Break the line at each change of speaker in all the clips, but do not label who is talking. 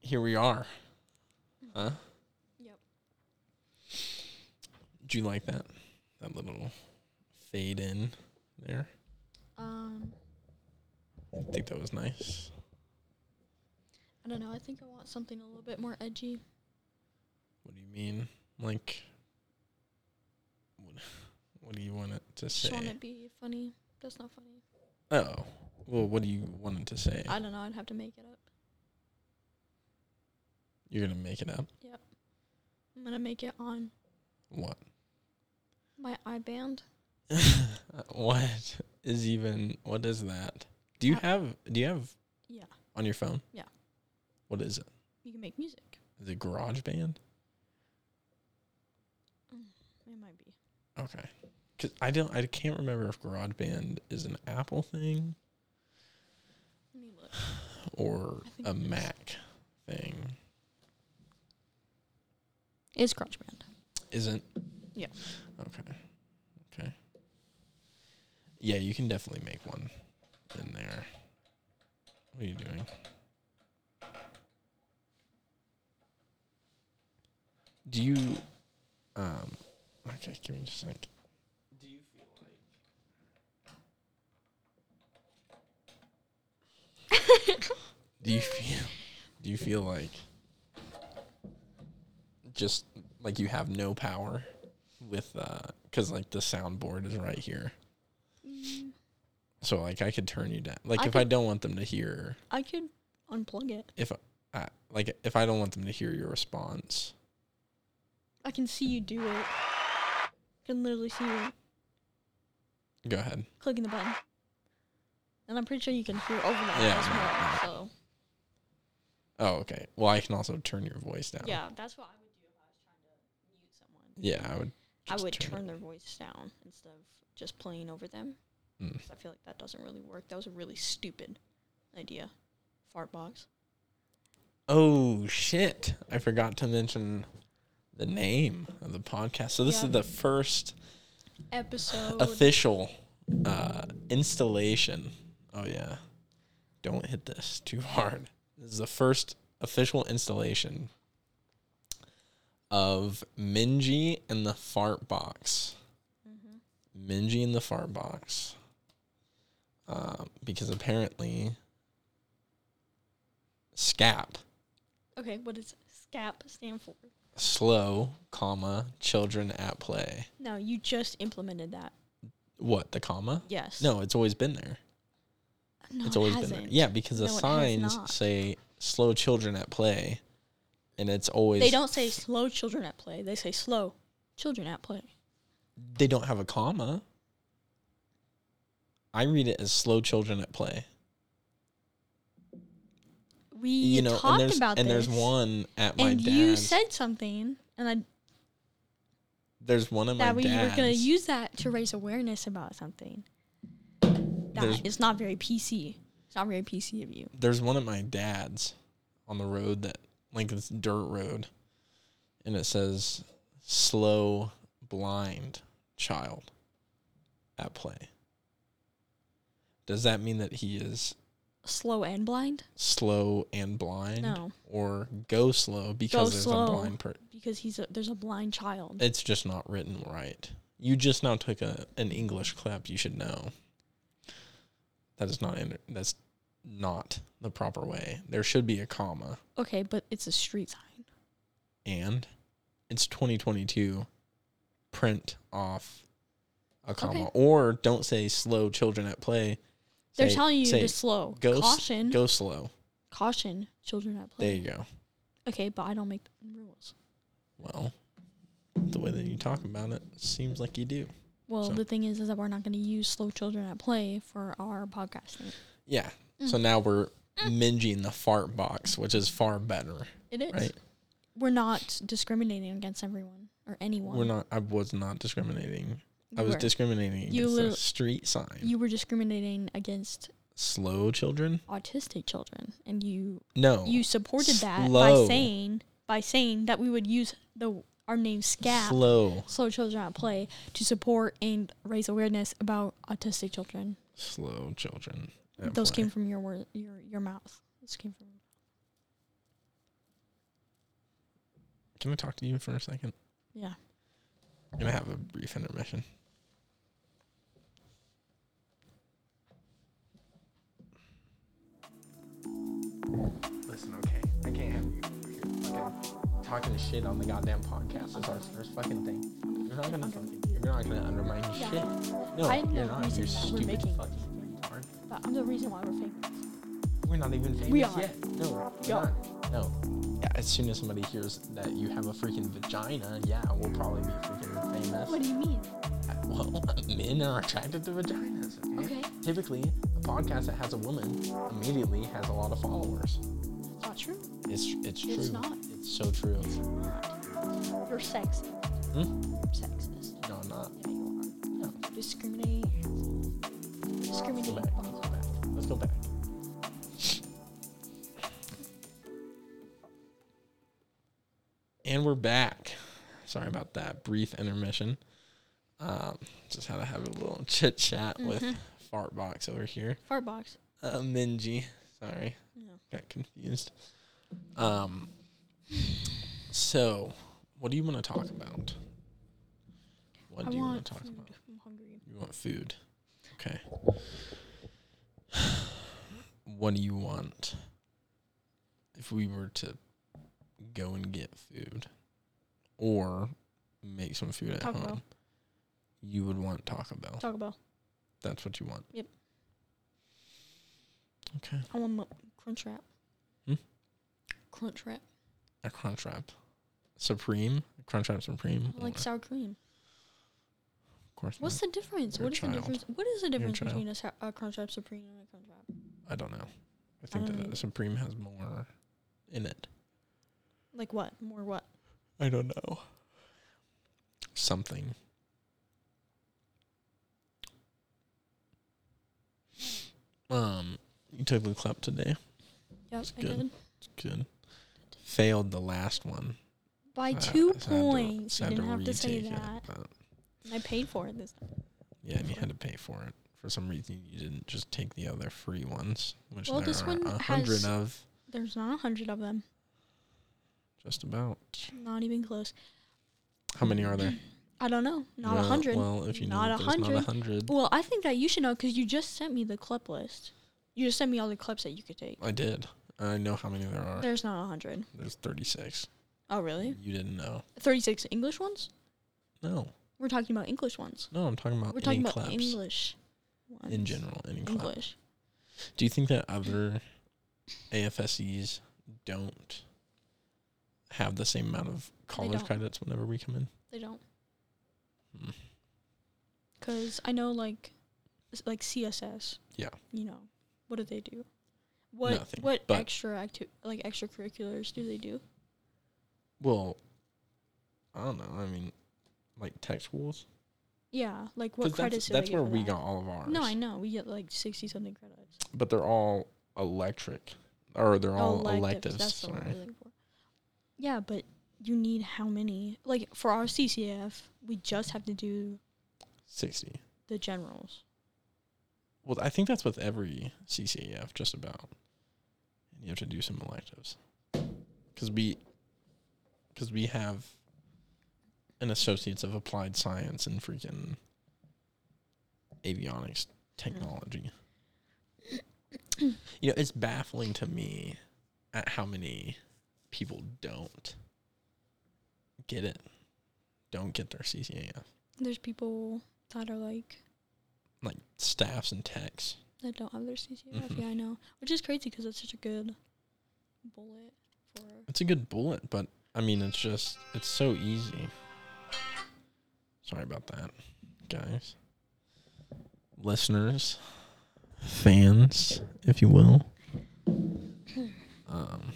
here we are. Huh?
Yep.
Do you like that? That little fade in there.
Um,
I think that was nice.
I don't know. I think I want something a little bit more edgy.
What do you mean? Like, what, what do you want it to
Just want
say?
it be funny. That's not funny.
Oh, well, what do you want it to say?
I don't know. I'd have to make it up.
You're gonna make it up.
I'm gonna make it on
What?
my eye band.
what is even? What is that? Do you
Uh,
have? Do you have?
yeah.
On your phone.
Yeah.
What is it?
You can make music.
Is it GarageBand?
It might be.
Okay. Cause I don't. I can't remember if GarageBand is an Apple thing
Let me look.
or
I think
a
it is.
Mac thing.
It's GarageBand.
Isn't.
Yeah.
Okay. Okay. Yeah, you can definitely make one in there. What are you doing? Do you um okay, give me just a sec. Do you feel like Do you feel do you feel like just like you have no power with uh cuz like the soundboard is right here.
Mm,
So like I could turn you down. Like
I
if I don't want them to hear
I could unplug it.
if I, like if I don't want them to hear your response.
I can see you do it. I can literally see you
Go ahead.
clicking the button. And I'm pretty sure you can hear over that
Yeah,
as
yeah,
well. So
Oh, okay. Well, I can also turn your voice down.
yeah, that's what I would do if I was trying to mute
Yeah,
someone.
I would.
I
just
would
it-
turn their voice down instead of just playing over them.
Mm.
'cause I feel like that doesn't really work. That was a really stupid idea. Fart box.
Oh shit! I forgot to mention the name of the podcast. So this
Yeah.
is the first
Episode.
official uh, installation. Oh yeah. Don't hit this too hard. This is the first official installation of Minji and the Fart Box.
Mhm.
Minji in the fart box. Um, because apparently SCAP,
Okay, what does SCAP stand for?
slow, comma, children at play.
No, you just implemented that.
What, the comma?
Yes.
No, it's always been there.
No,
it's
it
always
hasn't.
been there. Yeah, because the
No, it has
signs
not.
say slow children at play and it's always
They don't say slow children at play. They say slow children at play.
they don't have a comma. I read it as slow children at play.
We
You know, and
talked
there's
about
and
this.
there's one at my
and
dad's.
you said something, and I
there's one at my
that we were going to
dad's.
use that to raise awareness about something. That
There's-
it's not very PC. It's not very PC of you.
there's one at my dad's on the road that like this dirt road and it says slow blind child at play does that mean that he is
Slow and blind
slow and blind
No.
or go slow because there's
slow.
a blind per-
because he's a, there's a blind child.
it's just not written right you just now took a an english clap you should know that is not in, that's not the proper way there should be a comma
Okay, but it's a street sign.
and it's 2022 print off a comma
Okay.
or don't say slow children at play
They're
Say-
telling you
say,
to slow.
go s-
caution,
go slow
caution, children at
there
play.
you go
Okay, but I don't make the rules.
well the way that you talk about it seems like you do
Well,
So-
the thing is, is that we're not going to use slow children at play for our podcasting.
yeah
Mm.
so now we're minging the fart box which is far better
It is.
Right.
We're not discriminating against everyone or anyone.
we're not i was not discriminating i
You
was
were.
discriminating
You
against the
little-
street sign
You were discriminating against
slow children
autistic children, and you
no
you supported that by
Oh, Slow.
saying by saying that we would use the our name SCAP, slow,
slow
Children at Play, to support and raise awareness about autistic children.
slow children at
Those
play.
came from your word, your your mouth. Those came from
Can I talk to you for a second?
Yeah.
I'm gonna have a brief intermission. Listen, okay. I can't have you fucking talking shit on the goddamn podcast. Is our first fucking thing. You're not gonna fucking. You're not gonna undermine
Yeah.
shit. No,
I know
you're
the
not.
reason
You're
that we're
stupid
making
fucking. retard.
But I'm the reason why we're famous.
We're not even famous
We are.
yet. No, we're
We are.
not. No. Yeah, as soon as somebody hears that you have a freaking vagina, yeah, we'll probably be freaking famous.
What do you mean?
Well, men are attracted to vaginas. Okay.
Okay.
Typically, a podcast that has a woman immediately has a lot of followers.
It's not true.
It's it's true.
It's not.
It's so true.
You're sexist.
Hmm?
You're sexist.
No, I'm not.
Yeah, you
No.
are. Discriminate.
Let's go
Discriminate.
back. Let's go back. Let's go back. And we're back. Sorry about that brief intermission. Um, just had to have a little chit chat with
Mm-hmm.
Fartbox over here.
Fart box.
Uh, Minji. Sorry,
No.
got confused. Um, so, what do you want to talk about? What
I
do you
want
want to talk
food.
about?
I'm hungry.
You want food. Okay. what do you want if we were to go and get food or make some food at
Taco
home?
Bell.
You would want Taco Bell.
Taco Bell.
That's what you want.
Yep.
Okay.
I want my crunch wrap.
Hmm?
Crunch wrap.
A Crunchwrap Supreme. Crunchwrap Supreme.
I like
or-
sour cream.
of course.
What's
Not.
the difference?
You're a
What is
child.
the difference? What is the
a
difference
child.
between a, sa- a crunch wrap supreme and a crunch wrap?
I don't know. I think
don't
that
know.
the Supreme has more in it.
Like what? More what?
I don't know. Something. Um, you took the clap today.
Yep,
It's
I
good.
did.
It's good. Failed the last one.
By
Uh,
two
so I had to-
points.
so I
you
had
didn't have to say
retake it,
that.
but-
And I paid for it this time.
yeah, and you had to pay for it. For some reason, you didn't just take the other free ones, which
Well,
there
this
are
one
a hundred
has-
of,
There's not a hundred of them.
just about.
Not even close.
How many are there?
I don't know. Not a
Well-
hundred. Well,
Well, if you
Not
know
a
that there's not a
hundred.
hundred,
I think that you should know because you just sent me the clip list. You just sent me all the clips that you could take.
I did. I know how many there are.
There's not a hundred.
There's thirty-six.
Oh really?
You didn't know.
Thirty-six English ones?
No,
We're talking about English ones.
no, I'm talking about
We're talking
any
about
Uh, claps
English ones.
in general. Any clap.
English.
Do you think that other AFSEs don't have the same amount of college
don't.
credits whenever we come in?
They don't.
Hmm.
Cause I know like, s- like CSS.
Yeah.
You know, what do they do? What
Nothing,
what
but-
extra acti- like extracurriculars do they do?
Well, I don't know. I mean, like tech schools.
Yeah, like
'Cause
what credits?
that's,
do
that's
they get
where
for
we
that?
got all of ours.
No, I know we get like sixty something credits.
but they're all electric, or they're all electives.
Oh, That's the one I
sorry.
was looking for. Yeah, but you need how many? Like for our CCF, we just have to do
Sixty.
the generals.
Well, I think that's with every CCAF, just about. And you have to do some electives, because we, because we have an associates of applied science and freaking avionics technology. you know, it's baffling to me at how many people don't get it, don't get their CCAF,
There's people that are like
like staffs and techs.
that don't have their CCF.
Mhm.
Yeah, I know, which is crazy because it's such a good bullet for.
It's a good bullet, but I mean, it's just it's so easy. Sorry about that, guys, listeners, fans, if you will. Um,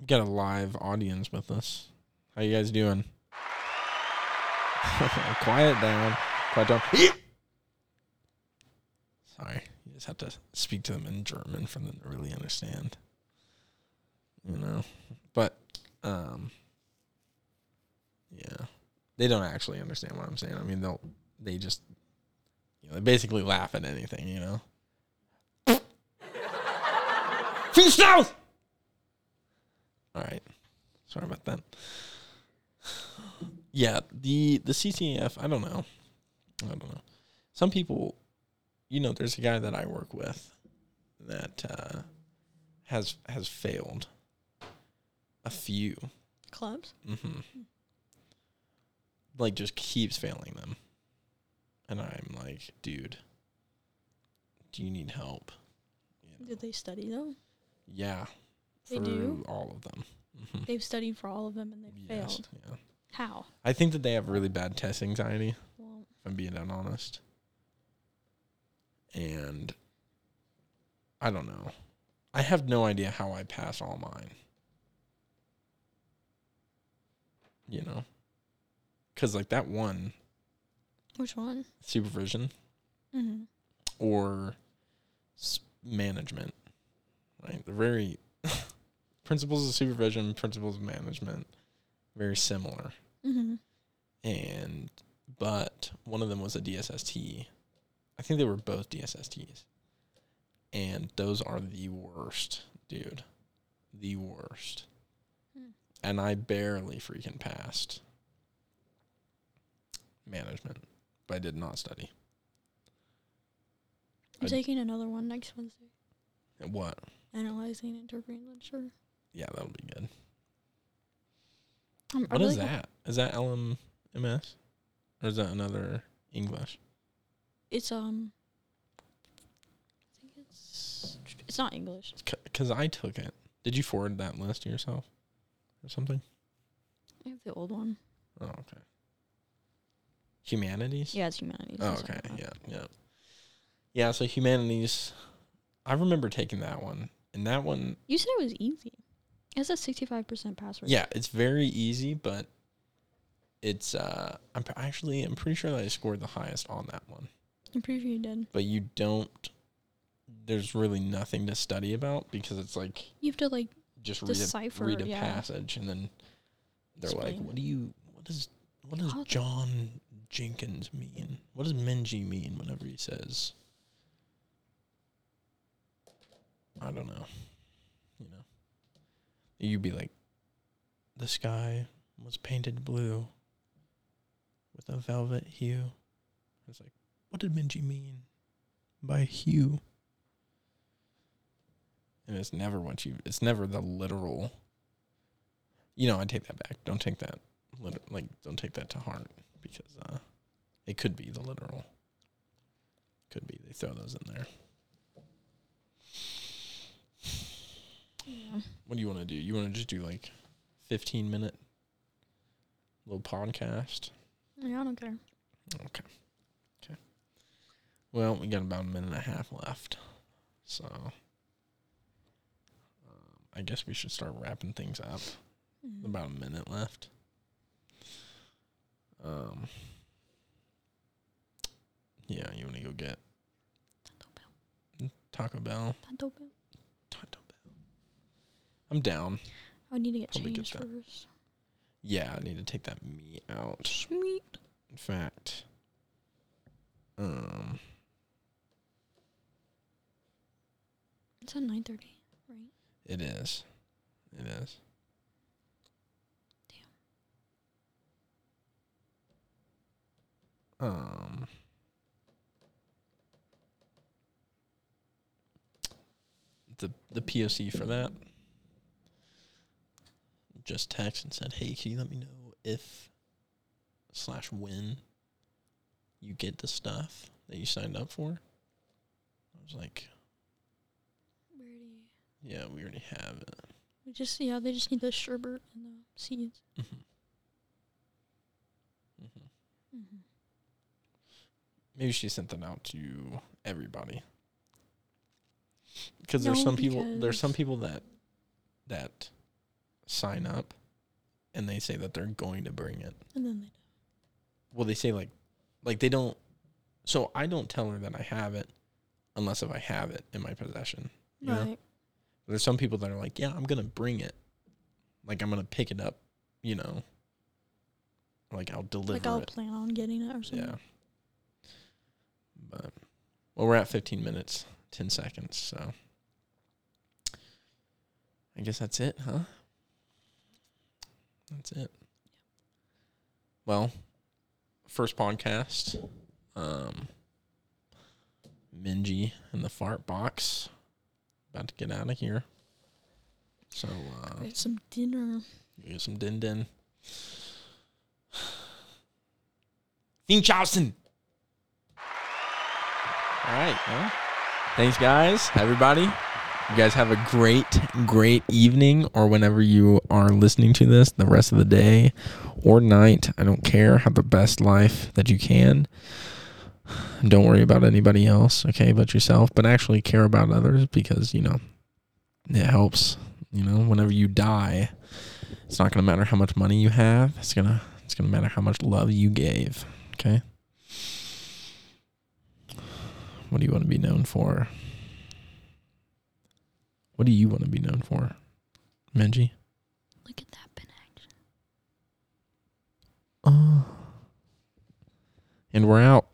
we got a live audience with us. How you guys doing? Quiet down. Quiet down. Sorry, you just have to speak to them in German for them to really understand you know. But um yeah. They don't actually understand what I'm saying. I mean, they'll they just you know, they basically laugh at anything, you know. All right. Sorry about that. Yeah, the the CCAF, I don't know. I don't know. Some people, you know, there's a guy that I work with that uh, has has failed a few.
Clubs?
hmm Like just keeps failing them. And I'm like, dude, do you need help? You know?
Did they study though?
Yeah.
They
for
do?
all of them. Mhm.
They've studied for all of them and they
Yes,
failed.
Yeah.
How?
I think that they have really bad test anxiety, if
Well,
I'm being honest. And I don't know. I have no idea how I pass all mine. You know? Because, like, that one
which one?
supervision
Mm-hmm.
or s- management, right? They're very principles of supervision, principles of management, very similar.
Mm-hmm.
and but one of them was a DSST. I think they were both DSSTs, and those are the worst, dude, the worst.
Hmm.
And I barely freaking passed management, but I did not study.
I'm
I-
taking another one next Wednesday.
And What?
Analyzing and interpreting literature.
Yeah, that'll be good.
Um, I
What is
really-
that? Is that LMMS, or is that another English?
It's um. I think it's it's not English.
Because I took it. Did you forward that list to yourself or something?
I have the old one.
Oh, okay. Humanities?
Yeah, it's humanities.
Oh,
I'm sorry
okay.
about that.
Yeah, yeah. Yeah, so humanities. I remember taking that one. And that one,
You said it was easy. It's a sixty-five percent pass rate.
yeah, it's very easy, but it's, uh, I'm p- actually, I'm pretty sure that I scored the highest on that one.
I'm pretty sure you did.
But you don't, there's really nothing to study about because it's like,
You have to like
just read a,
Decipher,
read a
yeah.
passage and then they're like,
Explain.
what do you, what does, what does
How-
John Jenkins mean? What does Menji mean whenever he says, I don't know, you know, you'd be like, the sky was painted blue with a velvet hue. It's like, what did Minji mean by hue? And it's never what you, it's never the literal. You know, I take that back. Don't take that, lit- like, don't take that to heart because uh, it could be the literal. Could be. They throw those in there.
yeah.
What do you want to do? You want to just do like 15 minute little podcast?
Yeah, I don't care.
Okay. Okay. Well, we got about a minute and a half left. So um, I guess we should start wrapping things up.
Mhm.
About a minute left. Um Yeah, you want to go get
Taco Bell.
Taco Bell?
Taco Bell.
Taco Bell. I'm down.
I would Oh, need to get
Probably get
changed
that.
first.
Yeah, I need to take that meat out.
Sweet.
In fact, um,
It's at nine thirty.
it is. It is. Damn. Um. The the POC for that just text and said, "Hey, can you let me know if slash when you get the stuff that you signed up for?" I was like,
We already.
Yeah, we already have it.
We just yeah. They just need the sherbet and the seeds.
Mm-hmm. Mm-hmm.
Mm-hmm.
Maybe she sent them out to everybody. Because there's
No,
some people there's some
because-
people that that sign up and they say that they're going to bring it.
And then they.
Well, they say like like they don't so I don't tell her that I have it unless if I have it in my possession. you know?
Right.
There's some people that are like, yeah, I'm gonna bring it, like I'm gonna pick it up, you know, like I'll deliver
Like I'll
it.
plan on getting it or something.
Yeah. But well, we're at 15 minutes, 10 seconds, so I guess that's it, huh? That's it. Well, first podcast, um, Minji and the fart box, about to get out of here. So uh,
Get some dinner.
you get some din din. Dean Charleston. All right. Well, thanks, guys. Everybody. You guys have a great, great evening or whenever you are listening to this, the rest of the day or night. I don't care. Have the best life that you can. Don't worry about anybody else, okay, but yourself. But actually care about others because, you know, it helps. You know, whenever you die, it's not gonna matter how much money you have. It's gonna it's gonna matter how much love you gave. Okay. What do you want to be known for? What do you want to be known for, Menji?
Look at that Ben action.
Oh. And we're out.